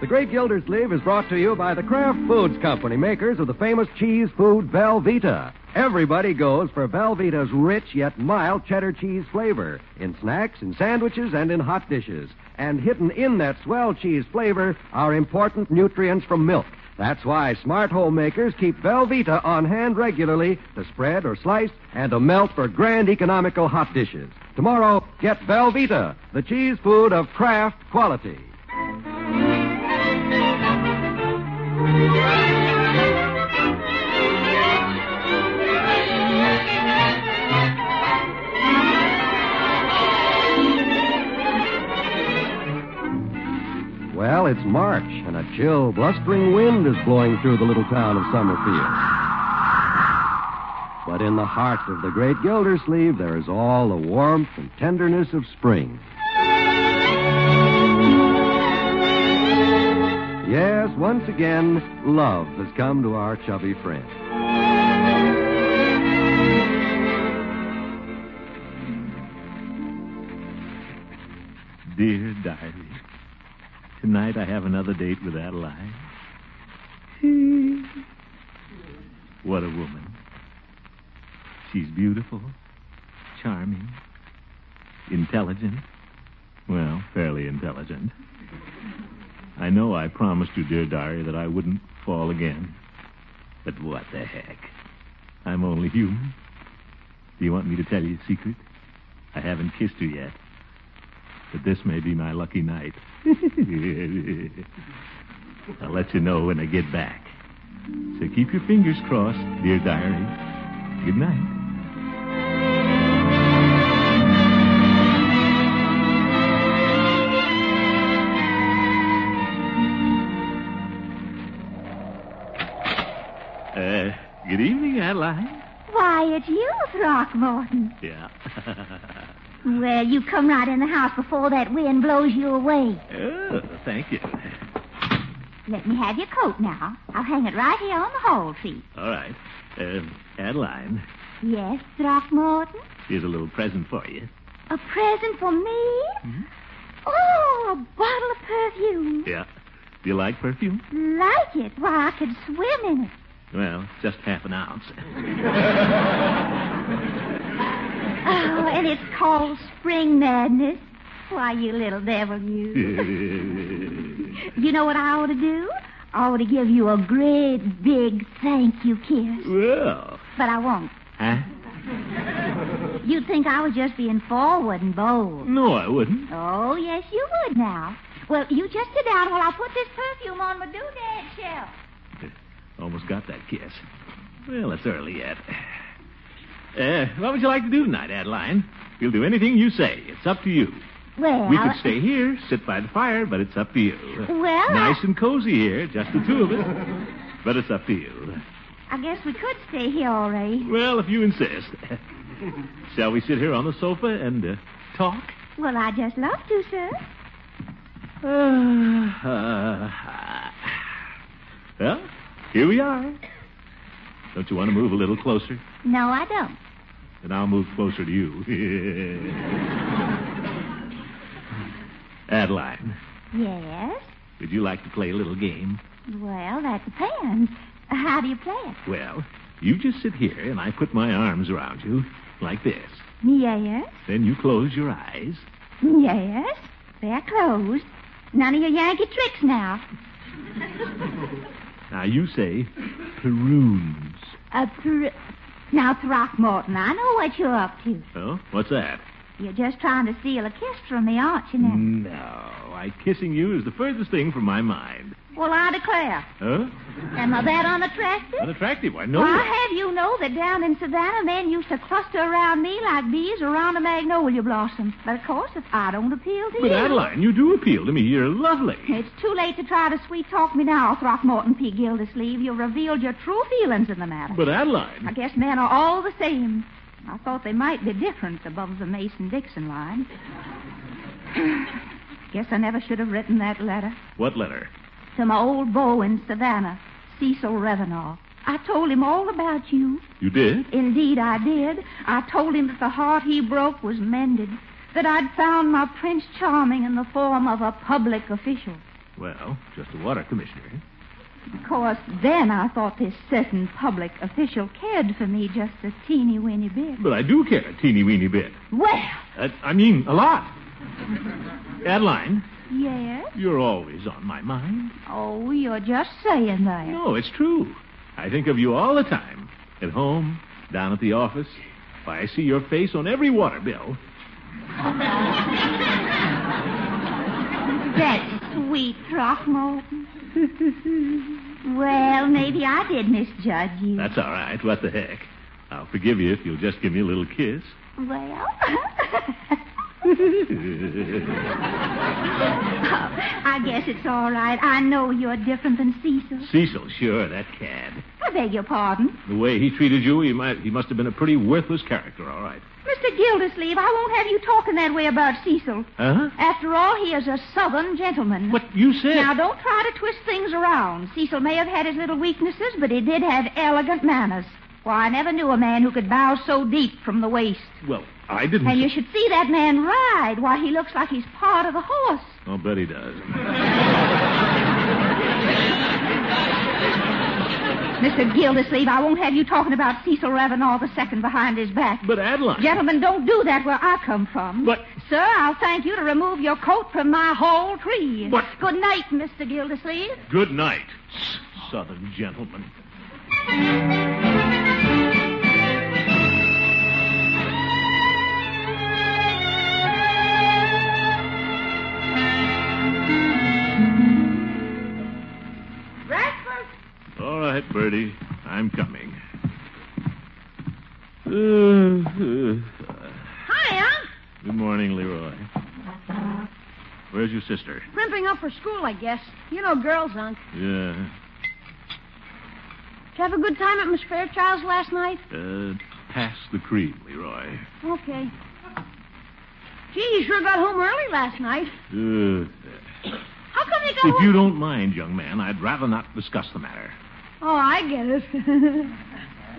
The Great Gildersleeve is brought to you by the Kraft Foods Company, makers of the famous cheese food Velveeta. Everybody goes for Velveeta's rich yet mild cheddar cheese flavor in snacks, in sandwiches, and in hot dishes. And hidden in that swell cheese flavor are important nutrients from milk. That's why smart homemakers keep Velveeta on hand regularly to spread or slice and to melt for grand economical hot dishes. Tomorrow, get Velveeta, the cheese food of Kraft quality. Well, it's March, and a chill, blustering wind is blowing through the little town of Summerfield. But in the heart of the great Gildersleeve, there is all the warmth and tenderness of spring. Yes, once again, love has come to our chubby friend. Dear diary, tonight I have another date with Adeline. what a woman. She's beautiful, charming, intelligent. Well, fairly intelligent. I know I promised you, dear diary, that I wouldn't fall again. But what the heck? I'm only human. Do you want me to tell you a secret? I haven't kissed her yet. But this may be my lucky night. I'll let you know when I get back. So keep your fingers crossed, dear diary. Good night. Uh, good evening, Adeline. Why, it's you, Throckmorton. Yeah. Well, you come right in the house before that wind blows you away. oh, thank you. Let me have your coat now. I'll hang it right here on the hall tree. All right. Um, Adeline, Yes, Throckmorton? here's a little present for you. A present for me? Oh, a bottle of perfume. Yeah. Do you like perfume? Like it? Why, I could swim in it. Well, just half an ounce. Oh, and it's called spring madness. Why, you little devil, you. you know what I ought to do? I ought to give you a great big thank you kiss. well, But I won't. huh? You'd think I was just being forward and bold. No, I wouldn't. Oh, yes, you would now. Well, you just sit down while I put this perfume on my doodad shelf. Almost got that kiss. Well, it's early yet. Uh, what would you like to do tonight, Adeline? We'll do anything you say. It's up to you. Well, We could stay here, sit by the fire, but it's up to you. Well, I- nice and cozy here, just the two of us. But it's up to you. I guess we could stay here all right. Well, if you insist. Shall we sit here on the sofa and uh, talk? Well, I just love to, sir. Uh, well, here we are. Don't you want to move a little closer? No, I don't. Then I'll move closer to you. Adeline, Yes. would you like to play a little game? Well, that depends. How do you play it? Well, you just sit here and I put my arms around you like this. Yes. Then you close your eyes. Yes. They're closed. None of your Yankee tricks now. Now you say perunes. A per- Uh, now, Throckmorton, I know what you're up to. Oh, what's that? You're just trying to steal a kiss from me, aren't you, now? No, I kissing you is the furthest thing from my mind. Well, I declare. Huh? Am I that unattractive? Unattractive? Why, no. Well, I'll have you know that down in Savannah, men used to cluster around me like bees around a magnolia blossom. But, of course, if I don't appeal to But you... Adeline, you do appeal to me. You're lovely. It's too late to try to sweet-talk me now, Throckmorton P. Gildersleeve. You've revealed your true feelings in the matter. But I Adeline, guess men are all the same. I thought they might be different above the Mason-Dixon line. Guess I never should have written that letter What letter? to my old beau in Savannah, Cecil Revenoff. I told him all about you. You did? Indeed, I did. I told him that the heart he broke was mended, that I'd found my Prince Charming in the form of a public official. Well, just a water commissioner. Of course, then I thought this certain public official cared for me just a teeny weeny bit. But I do care a teeny weeny bit. Well, I, I mean, a lot. Adeline, yes. you're always on my mind. Oh, you're just saying that. No, it's true. I think of you all the time. At home, down at the office. Why, I see your face on every water bill. That's sweet, Throckmorton. well, maybe I did misjudge you. That's all right. What the heck? I'll forgive you if you'll just give me a little kiss. Well, I guess it's all right. I know you're different than Cecil. Cecil, sure, that cad. I beg your pardon. The way he treated you, he might he must have been a pretty worthless character, all right. Mr. Gildersleeve, I won't have you talking that way about Cecil. Huh? After all, he is a southern gentleman. Uh-huh. What you said? Now, don't try to twist things around. Cecil may have had his little weaknesses, but he did have elegant manners. Why, I never knew a man who could bow so deep from the waist. Well, I didn't. And you should see that man ride. Why, he looks like he's part of the horse. I'll bet he does. Mr. Gildersleeve, I won't have you talking about Cecil Ravenall the second behind his back. But Adeline. Gentlemen, don't do that where I come from. But- Sir, I'll thank you to remove your coat from my whole tree. But- Good night, Mr. Gildersleeve. Good night, s- Southern gentleman. Breakfast. All right, Bertie, I'm coming. Uh, uh, Hiya. good morning, Leroy. Where's your sister? Primping up for school, I guess. You know girls, Unc. Yeah. Did you have a good time at Miss Fairchild's last night? Uh, pass the cream, Leroy. Okay. Gee, you sure got home early last night. Uh, How come you got if home? you don't mind, young man, I'd rather not discuss the matter. Oh, I get it.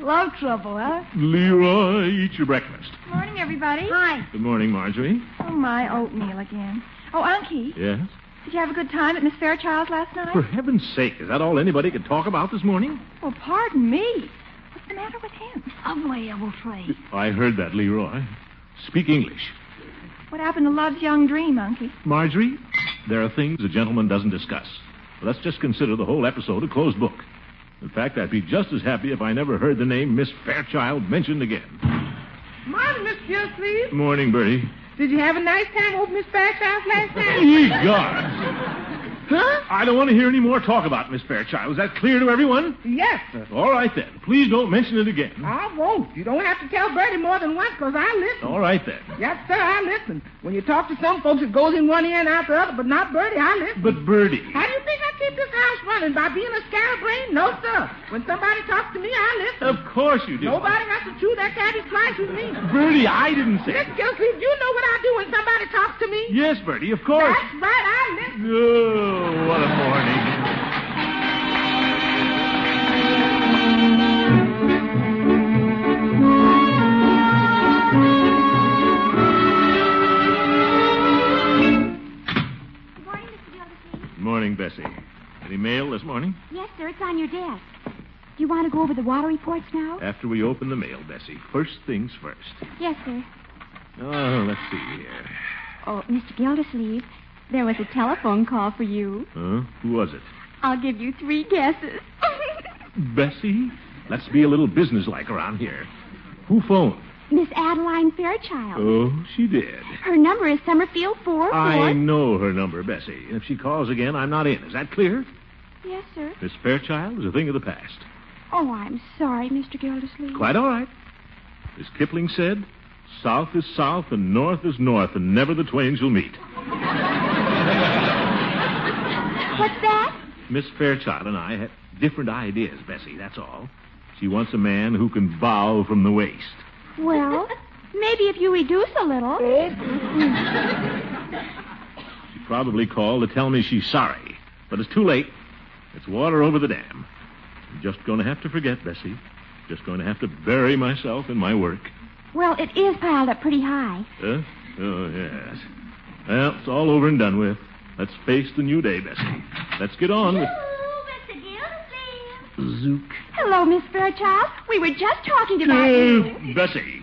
Love trouble, huh? Leroy, eat your breakfast. Morning, everybody. Hi. Good morning, Marjorie. Oh, my oatmeal again. Oh, Unky, Yes? did you have a good time at Miss Fairchild's last night? For heaven's sake, is that all anybody could talk about this morning? Oh, pardon me. What's the matter with him? Unbelievable trade. I heard that, Leroy. Speak English. What happened to Love's Young Dream, Unky? Marjorie, there are things a gentleman doesn't discuss. Let's just consider the whole episode a closed book. In fact, I'd be just as happy if I never heard the name Miss Fairchild mentioned again. Morning, Miss Gildersleeve. Morning, Bertie. Did you have a nice time over Miss Fairchild's last night? Ye gods! huh? I don't want to hear any more talk about Miss Fairchild. Is that clear to everyone? Yes, sir. All right, then. Please don't mention it again. I won't. You don't have to tell Bertie more than once, 'cause I listen. All right, then. Yes, sir, I listen. When you talk to some folks, it goes in one ear and out the other, but not Bertie. I listen. But, Bertie. How do you think I keep this house running? By being a scatterbrain? No, sir. When somebody talks to me, I listen. Of course Oh, you do. Nobody has to chew that cabbage slice with me. Bertie, I didn't say. Miss Gildersleeve, you know what I do when somebody talks to me? Yes, Bertie, of course. That's right, I listen. Oh, what a morning. Good morning, Mr. Gildersleeve. Morning, Bessie. Any mail this morning? Yes, sir, it's on your desk. Do you want to go over the water reports now? After we open the mail, Bessie. First things first. Yes, sir. Oh, let's see here. Oh, Mr. Gildersleeve, there was a telephone call for you. Huh? Who was it? I'll give you three guesses. Bessie? Let's be a little businesslike around here. Who phoned? Miss Adeline Fairchild. Oh, she did. Her number is Summerfield 4. I know her number, Bessie. And if she calls again, I'm not in. Is that clear? Yes, sir. Miss Fairchild is a thing of the past. Oh, I'm sorry, Mr. Gildersleeve. Quite all right. As Kipling said, south is south and north is north, and never the twain shall meet. What's that? Miss Fairchild and I had different ideas, Bessie, that's all. She wants a man who can bow from the waist. Well, maybe if you reduce a little. She probably called to tell me she's sorry, but it's too late. It's water over the dam. I'm just going to have to forget, Bessie. Just going to have to bury myself in my work. Well, it is piled up pretty high. Huh? Oh, yes. Well, it's all over and done with. Let's face the new day, Bessie. Let's get on with. Mr. Gildersleeve. Zook. Hello, Miss Fairchild. We were just talking about Hmm. you. Bessie.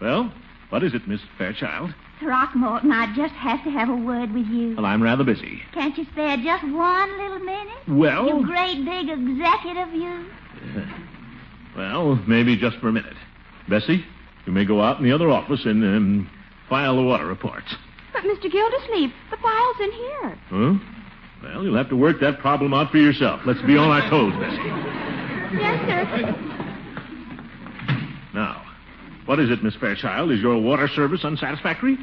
Well, what is it, Miss Fairchild? Throckmorton, I just have to have a word with you. Well, I'm rather busy. Can't you spare just one little minute? Well, You great big executive, you. well, maybe just for a minute. Bessie, you may go out in the other office and um, file the water reports. But, Mr. Gildersleeve, the file's in here. Huh? Well, you'll have to work that problem out for yourself. Let's be on our toes, Bessie. Yes, sir. Now, what is it, Miss Fairchild? Is your water service unsatisfactory?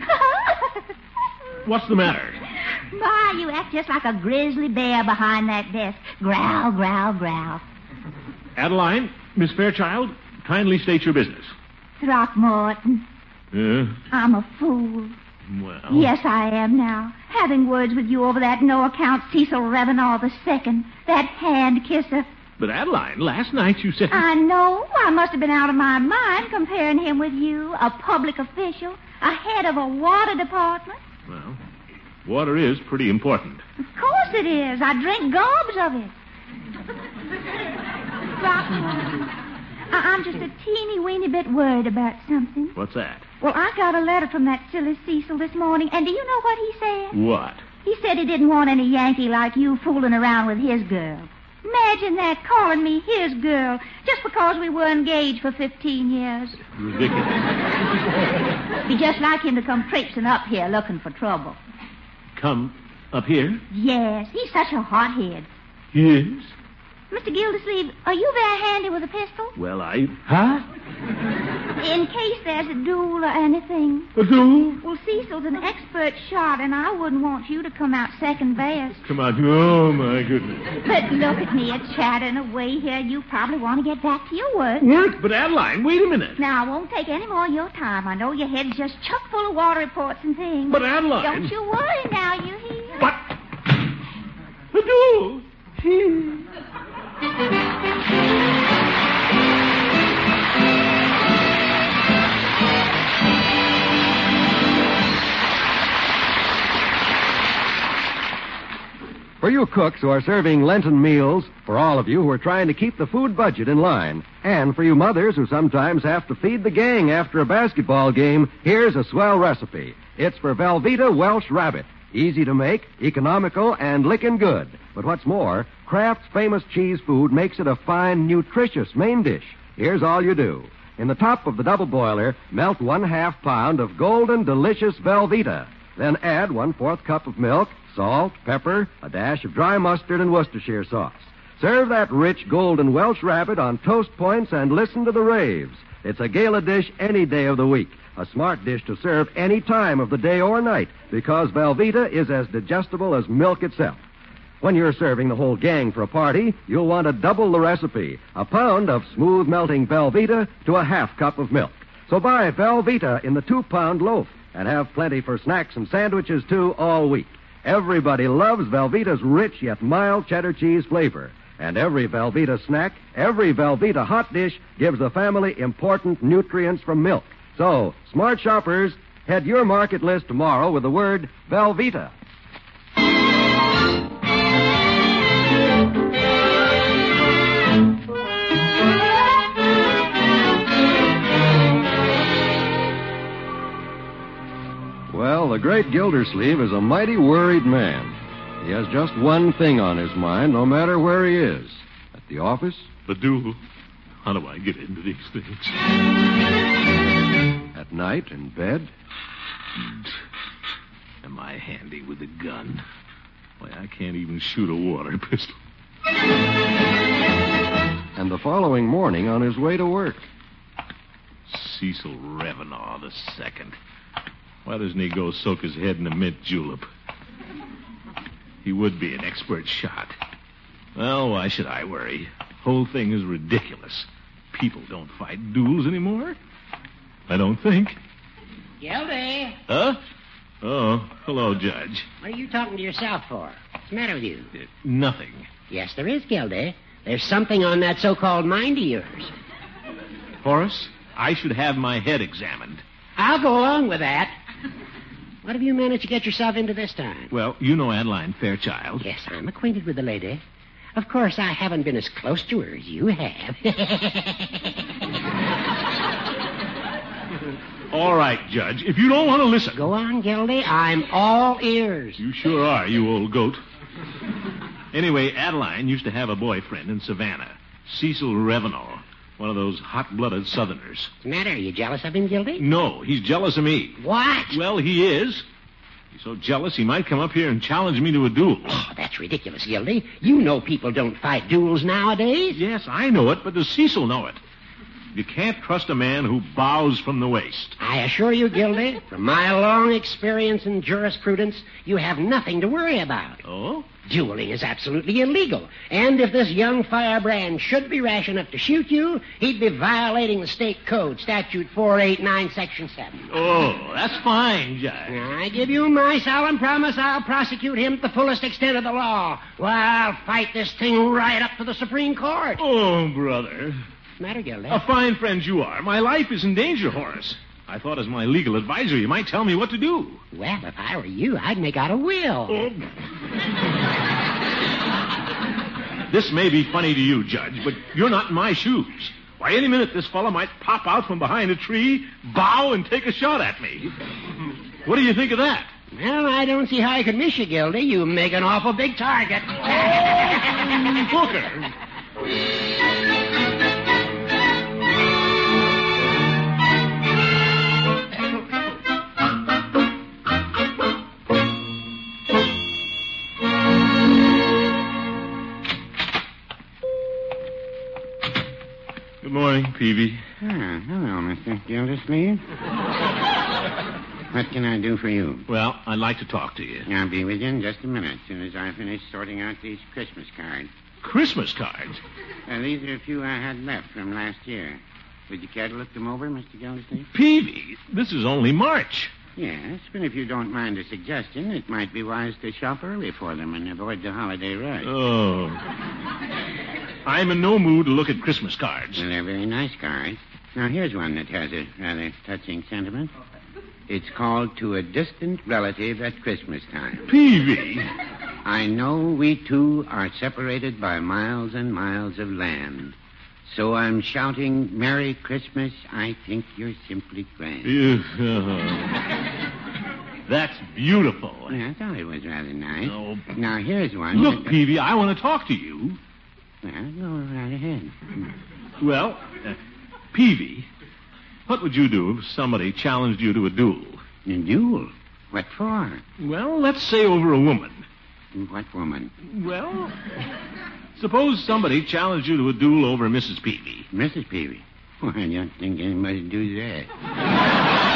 What's the matter? My, you act just like a grizzly bear behind that desk. Growl, growl, growl. Adeline, Miss Fairchild, kindly state your business. Throckmorton, Uh, I'm a fool. well. Yes, I am now. Having words with you over that no account Cecil Revenor the second, that hand kisser. But Adeline, last night you said. I know. I must have been out of my mind comparing him with you, a public official, a head of a water department. Well, water is pretty important. Of course it is. I drink gobs of it. Throckmorton, I- I'm just a teeny weeny bit worried about something. What's that? Well, I got a letter from that silly Cecil this morning, and do you know what he said? What? He said he didn't want any Yankee like you fooling around with his girl. Imagine that, calling me his girl, just because we were engaged for 15 years. Ridiculous. Be just like him to come traipsing up here looking for trouble. Come up here. Yes, he's such a hothead. Yes. Mr. Gildersleeve, are you very handy with a pistol? Well, I. Huh? In case there's a duel or anything. Uh, Who? Well, Cecil's an expert shot, and I wouldn't want you to come out second best. Come on. Oh, my goodness. But look at me, a chattering away here. You probably want to get back to your work. Work, but Adeline, wait a minute. Now, I won't take any more of your time. I know your head's just chock full of water reports and things. But Adeline. Don't you worry now, you hear? But. The duel. For you cooks who are serving Lenten meals, for all of you who are trying to keep the food budget in line, and for you mothers who sometimes have to feed the gang after a basketball game, here's a swell recipe. It's for Velveeta Welsh Rabbit. Easy to make, economical, and lickin' good. But what's more, Kraft's famous cheese food makes it a fine, nutritious main dish. Here's all you do. In the top of the double boiler, melt one half pound of golden, delicious Velveeta. Then add one fourth cup of milk, salt, pepper, a dash of dry mustard, and Worcestershire sauce. Serve that rich golden Welsh rabbit on toast points and listen to the raves. It's a gala dish any day of the week. A smart dish to serve any time of the day or night because Velveeta is as digestible as milk itself. When you're serving the whole gang for a party, you'll want to double the recipe a pound of smooth melting Velveeta to a half cup of milk. So buy Velveeta in the two pound loaf and have plenty for snacks and sandwiches, too, all week. Everybody loves Velveeta's rich yet mild cheddar cheese flavor. And every Velveeta snack, every Velveeta hot dish gives the family important nutrients from milk. So, smart shoppers, head your market list tomorrow with the word Velveeta. Well, the great Gildersleeve is a mighty worried man. He has just one thing on his mind, no matter where he is at the office, The duel. How do I get into these things? at night, in bed. Am I handy with a gun? Why, I can't even shoot a water pistol. And the following morning on his way to work. Cecil Revenor the second. Why doesn't he go soak his head in a mint julep? He would be an expert shot. Well, why should I worry? Whole thing is ridiculous. People don't fight duels anymore. I don't think. Gildy, Huh? Oh, hello, Judge. what are you talking to yourself for? What's the matter with you? Uh, Nothing. Yes, there is, Gildy. There's something on that so-called mind of yours. Horace, I should have my head examined. I'll go along with that. What have you managed to get yourself into this time? Well, you know Adeline Fairchild. Yes, I'm acquainted with the lady. Of course, I haven't been as close to her as you have. All right, Judge. If you don't want to listen. go on, Gildy. I'm all ears. You sure are, you old goat. Anyway, Adeline used to have a boyfriend in Savannah, Cecil Revenal, one of those hot blooded Southerners. What's the matter? Are you jealous of him, Gildy? No, he's jealous of me. What? Well, he is. He's so jealous he might come up here and challenge me to a duel. Oh, that's ridiculous, Gildy. You know people don't fight duels nowadays. Yes, I know it, but does Cecil know it? You can't trust a man who bows from the waist. I assure you, Gildy, from my long experience in jurisprudence, you have nothing to worry about. Oh? Dueling is absolutely illegal. And if this young firebrand should be rash enough to shoot you, he'd be violating the state code, statute 489, section 7. Oh, that's fine, Judge. Now, I give you my solemn promise I'll prosecute him to the fullest extent of the law. Well, I'll fight this thing right up to the Supreme Court. Oh, brother. What's the matter, Gildy? A fine friend you are. My life is in danger, Horace. I thought as my legal advisor you might tell me what to do. Well, if I were you, I'd make out a will. Oh, This may be funny to you, Judge, but you're not in my shoes. Why, any minute this fellow might pop out from behind a tree, bow, and take a shot at me. What do you think of that? Well, I don't see how I could miss you, Gildy. You make an awful big target. Booker. Good morning, Peavy. Ah, hello, Mr. Gildersleeve. what can I do for you? Well, I'd like to talk to you. I'll be with you in just a minute, as soon as I finish sorting out these Christmas cards. Christmas cards? Uh, these are a few I had left from last year. Would you care to look them over, Mr. Gildersleeve? Peavy, this is only March. Yes, but if you don't mind a suggestion, it might be wise to shop early for them and avoid the holiday rush. Oh. I'm in no mood to look at Christmas cards. Well, they're very nice cards. Now, here's one that has a rather touching sentiment. It's called To a Distant Relative at Christmas Time. Peavy. I know we two are separated by miles and miles of land. So I'm shouting, Merry Christmas. I think you're simply grand. uh-huh. That's beautiful. Yeah, I thought it was rather nice. No. Now, here's one. Look, that- Peavy, I want to talk to you. Well, go right ahead. Well, uh, Peavy, what would you do if somebody challenged you to a duel? A duel? What for? Well, let's say over a woman. What woman? Well, suppose somebody challenged you to a duel over Mrs. Peavy. Mrs. Peavy. Well, I don't think anybody would do that.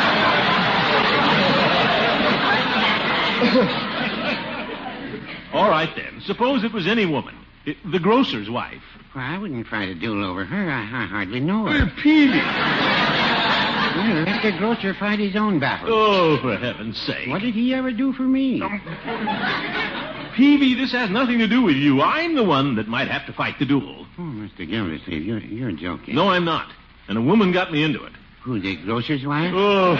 All right, then. Suppose it was any woman, i the grocer's wife. Well, I wouldn't try to duel over her. I, I hardly know Uh, her. Peavy. Well, let the grocer fight his own battle. Oh, for heaven's sake. What did he ever do for me? Peavy, this has nothing to do with you. I'm the one that might have to fight the duel. Oh, Mr. Gildersleeve, you're, you're joking. No, I'm not. And a woman got me into it. Who, the grocer's wife? Oh,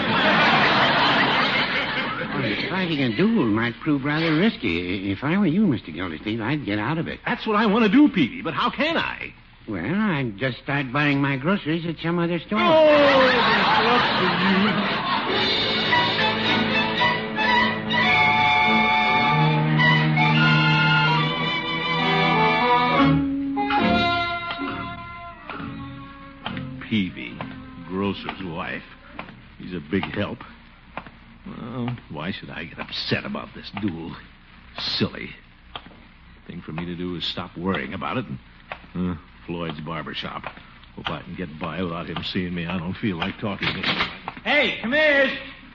Well, fighting a duel might prove rather risky. I- If I were you, Mr. Gildersleeve, I'd get out of it. that's what I want to do, Peavy, but how can I? Well, I'd just start buying my groceries at some other store. Oh, for you. Peavy, grocer's wife. He's a big help. Well, why should I get upset about this duel? Silly. Thing for me to do is stop worrying about it. And, uh, Floyd's barber shop. Hope I can get by without him seeing me. I don't feel like talking to him. Hey, come here.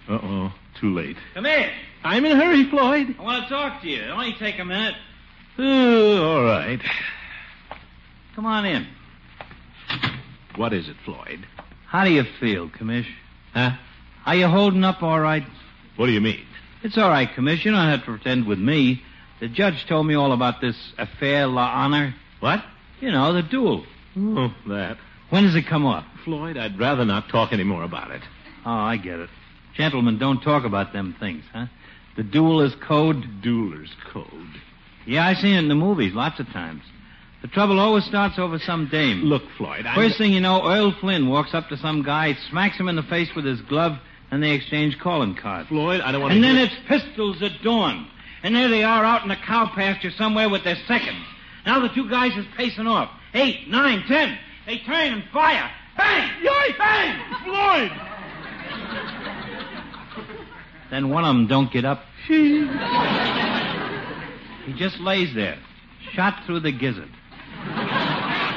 Uh oh, too late. Come here. I'm in a hurry, Floyd. I want to talk to you. It only take a minute. Oh, all right. Come on in. What is it, Floyd? How do you feel, Commish? Huh? Are you holding up all right? What do you mean? It's all right, Commissioner. You don't have to pretend with me. The judge told me all about this affair, La Honor. What? You know, the duel. Oh, that. When does it come up? Floyd, I'd rather not talk any more about it. Oh, I get it. Gentlemen don't talk about them things, huh? The duel is code. Dueler's code. Yeah, I've seen it in the movies lots of times. The trouble always starts over some dame. Look, Floyd, I. First thing you know, Earl Flynn walks up to some guy, smacks him in the face with his glove, and they exchange calling cards. Floyd, I don't want to. And then it's pistols at dawn. And there they are out in a cow pasture somewhere with their seconds. Now the two guys is pacing off. Eight, nine, ten. They turn and fire. Bang! Yikes! Bang! Floyd! Then one of them don't get up. he just lays there, shot through the gizzard.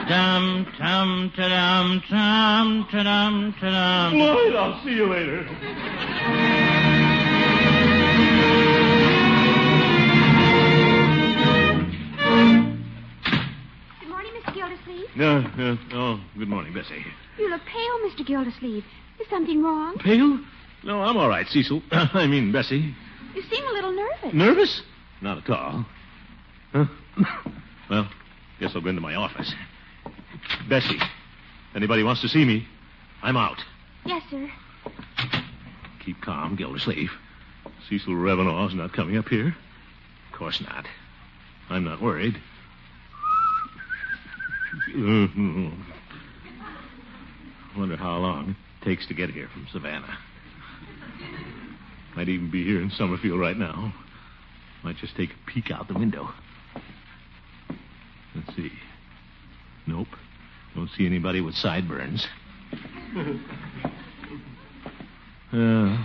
Dum, tum, ta-dum, tum, ta-dum, ta-dum. Floyd, I'll see you later. Good morning, Miss Gildersleeve. No, no. Oh, good morning, Bessie. You look pale, Mr. Gildersleeve. Is something wrong? Pale? No, I'm all right, Cecil. I mean, Bessie. You seem a little nervous. Nervous? Not at all. Huh? well, guess I'll go into my office. Bessie, if anybody wants to see me, I'm out. Yes, sir. Keep calm, Gildersleeve. Cecil Ravenaw's not coming up here. Of course not. I'm not worried. Mhm. Wonder how long it takes to get here from Savannah. Might even be here in Summerfield right now. Might just take a peek out the window. Let's see. Nope. Don't see anybody with sideburns. Uh,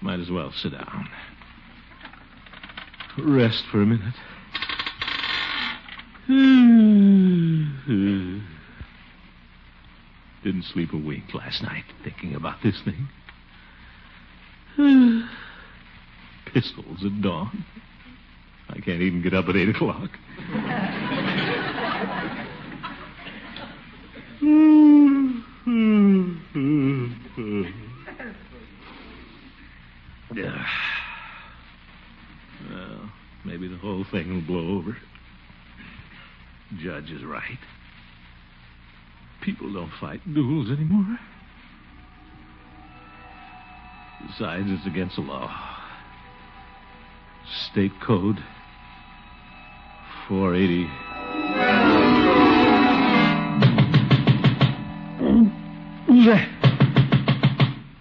might as well sit down. Rest for a minute. Didn't sleep a wink last night thinking about this thing. Pistols at dawn. I can't even get up at eight o'clock. Hmm. Yeah. Well, maybe the whole thing will blow over. Judge is right. People don't fight duels anymore. Besides, it's against the law. State Code 480. Who's that?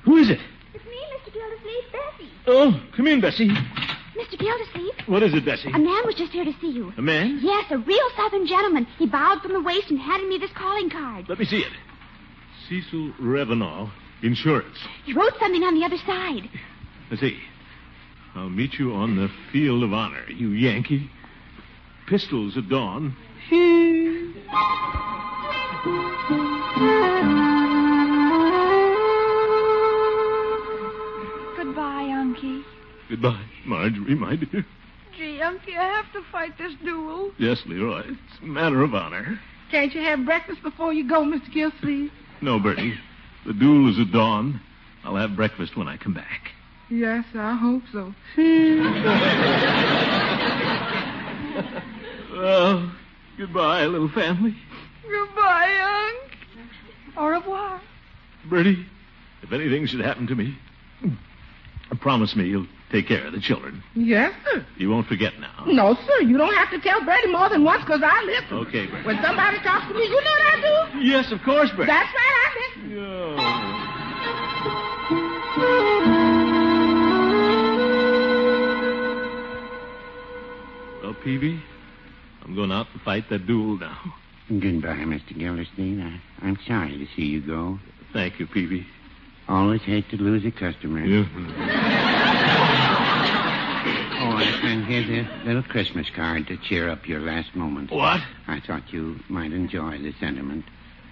Who is it? It's me, Mr. Gildersleeve, Bessie. Oh, come in, Bessie. Mr. Gildersleeve, What is it, Bessie? a man was just here to see you. A man? Yes, a real Southern gentleman. He bowed from the waist and handed me this calling card. Let me see it. Cecil Revenal, Insurance. He wrote something on the other side. Let's see. I'll meet you on the field of honor, you Yankee. Pistols at dawn. Goodbye, Unky. Goodbye, Marjorie, my dear. Gee, Unky, I have to fight this duel. Yes, Leroy. It's a matter of honor. Can't you have breakfast before you go, Mr. Gilsleeve? No, Bertie. The duel is at dawn. I'll have breakfast when I come back. Yes, I hope so. Well, goodbye, little family. Goodbye, Unc. Au revoir. Bertie, if anything should happen to me, promise me you'll take care of the children. Yes, sir. You won't forget now. No, sir. You don't have to tell Bertie more than once because I listen. Okay, Bertie. When somebody talks to me, you know what I do? Yes, of course, Bertie. That's right, I listen. Yeah. Well, Peavy, I'm going out and fight that duel now. Goodbye, Mr. Gildersleeve. I, I'm sorry to see you go. Thank you, Peavy. Always hate to lose a customer. Oh, and here's a little Christmas card to cheer up your last moment. What? I thought you might enjoy the sentiment.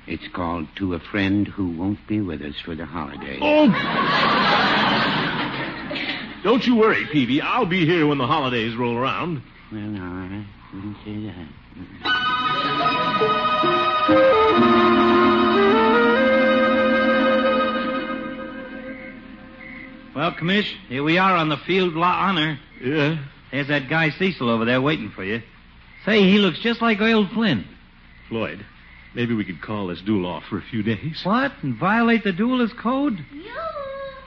It's called To a Friend Who Won't Be With Us for the Holidays. Oh! Don't you worry, Peavy. I'll be here when the holidays roll around. Well, no, I wouldn't say that. Well, Commish, here we are on the field la honor. Yeah. There's that guy Cecil over there waiting for you. Say, he looks just like old Flynn. Floyd, maybe we could call this duel off for a few days. What? And violate the duelist code? You,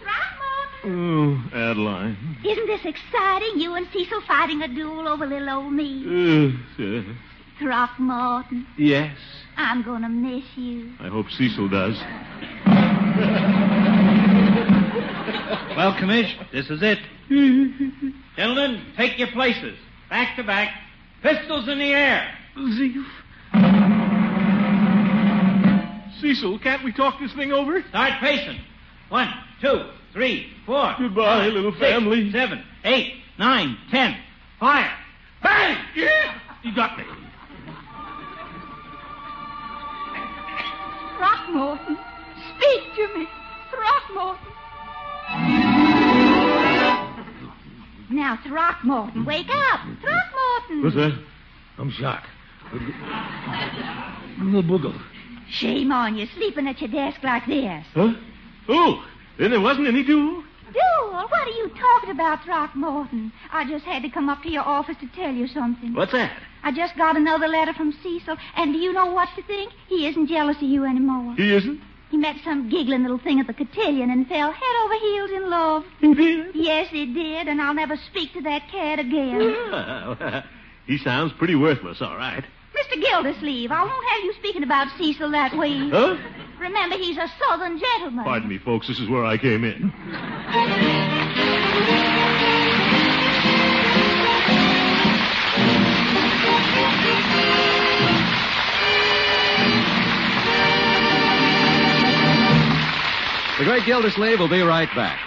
Throckmorton. Oh, Adeline. Isn't this exciting? You and Cecil fighting a duel over little old me. Uh, sir. Throckmorton, yes. I'm going to miss you. I hope Cecil does. Well, Commish, this is it. Gentlemen, take your places. Back to back. Pistols in the air. Cecil, can't we talk this thing over? Start pacing. One, two, three, four. Goodbye, little six, family. Seven, eight, nine, ten. Fire. Bang! You got me. Throckmorton, speak to me. Throckmorton. Now, Throckmorton, wake up. Throckmorton. What's that? I'm shocked. Little boogle. Shame on you, sleeping at your desk like this. Huh? Oh, then there wasn't any duel? Duel, what are you talking about, Throckmorton? I just had to come up to your office to tell you something. What's that? I just got another letter from Cecil, and do you know what to think? He isn't jealous of you anymore. He isn't. He met some giggling little thing at the cotillion and fell head over heels in love. He did. Yes, he did, and I'll never speak to that cat again. Well, he sounds pretty worthless, all right. Mr. Gildersleeve, I won't have you speaking about Cecil that way. Huh? Remember, he's a southern gentleman. Pardon me, folks. This is where I came in. The Great Gildersleeve will be right back.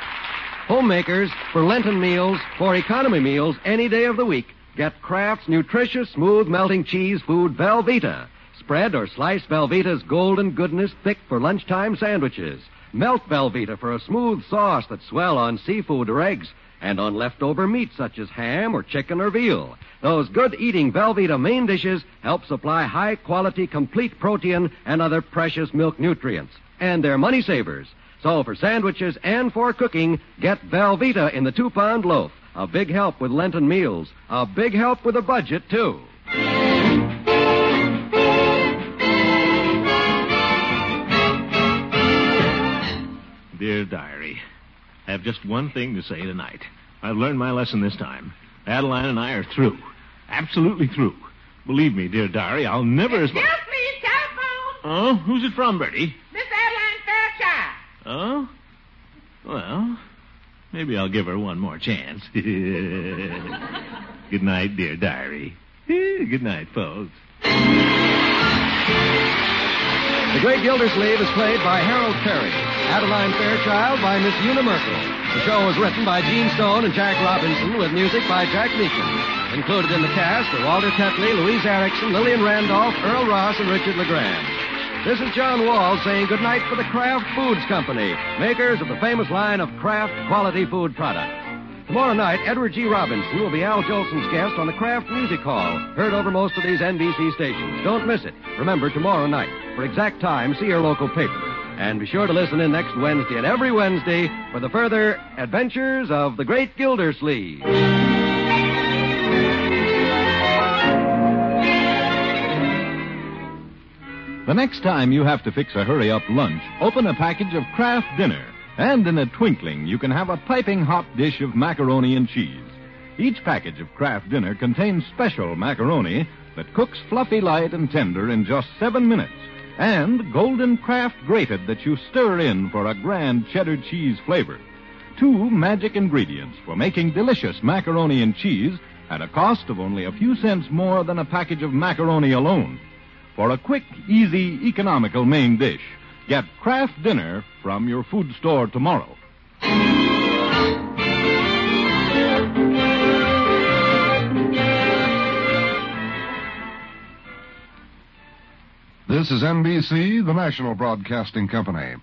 Homemakers, for Lenten meals, for economy meals, any day of the week, get Kraft's nutritious, smooth melting cheese food Velveeta. Spread or slice Velveeta's golden goodness thick for lunchtime sandwiches. Melt Velveeta for a smooth sauce that swell on seafood or eggs and on leftover meat such as ham or chicken or veal. Those good eating Velveeta main dishes help supply high quality complete protein and other precious milk nutrients. And they're money savers. So for sandwiches and for cooking, get Velveeta in the two pound loaf. A big help with Lenten meals. A big help with a budget, too. Dear diary, I have just one thing to say tonight. I've learned my lesson this time. Adeline and I are through. Absolutely through. Believe me, dear diary, I'll never... as- Excuse me, telephone. Oh, who's it from, Bertie? Miss Adeline Fairchild. Oh? Well, maybe I'll give her one more chance. Good night, dear diary. Good night, folks. The Great Gildersleeve is played by Harold Perry. Adeline Fairchild by Miss Una Merkel. The show was written by Gene Stone and Jack Robinson with music by Jack Meakin. Included in the cast are Walter Tetley, Louise Erickson, Lillian Randolph, Earl Ross, and Richard LeGrand. This is John Wall saying goodnight for the Kraft Foods Company, makers of the famous line of Kraft quality food products. Tomorrow night, Edward G. Robinson will be Al Jolson's guest on the Kraft Music Hall, heard over most of these NBC stations. Don't miss it. Remember, tomorrow night. For exact time, see your local paper. And be sure to listen in next Wednesday and every Wednesday for the further adventures of the great Gildersleeve. The next time you have to fix a hurry up lunch, open a package of Kraft Dinner, and in a twinkling, you can have a piping hot dish of macaroni and cheese. Each package of Kraft Dinner contains special macaroni that cooks fluffy, light, and tender in just seven minutes, and golden Kraft grated that you stir in for a grand cheddar cheese flavor. Two magic ingredients for making delicious macaroni and cheese at a cost of only a few cents more than a package of macaroni alone. For a quick, easy, economical main dish, get Kraft Dinner from your food store tomorrow. This is NBC, the national broadcasting company.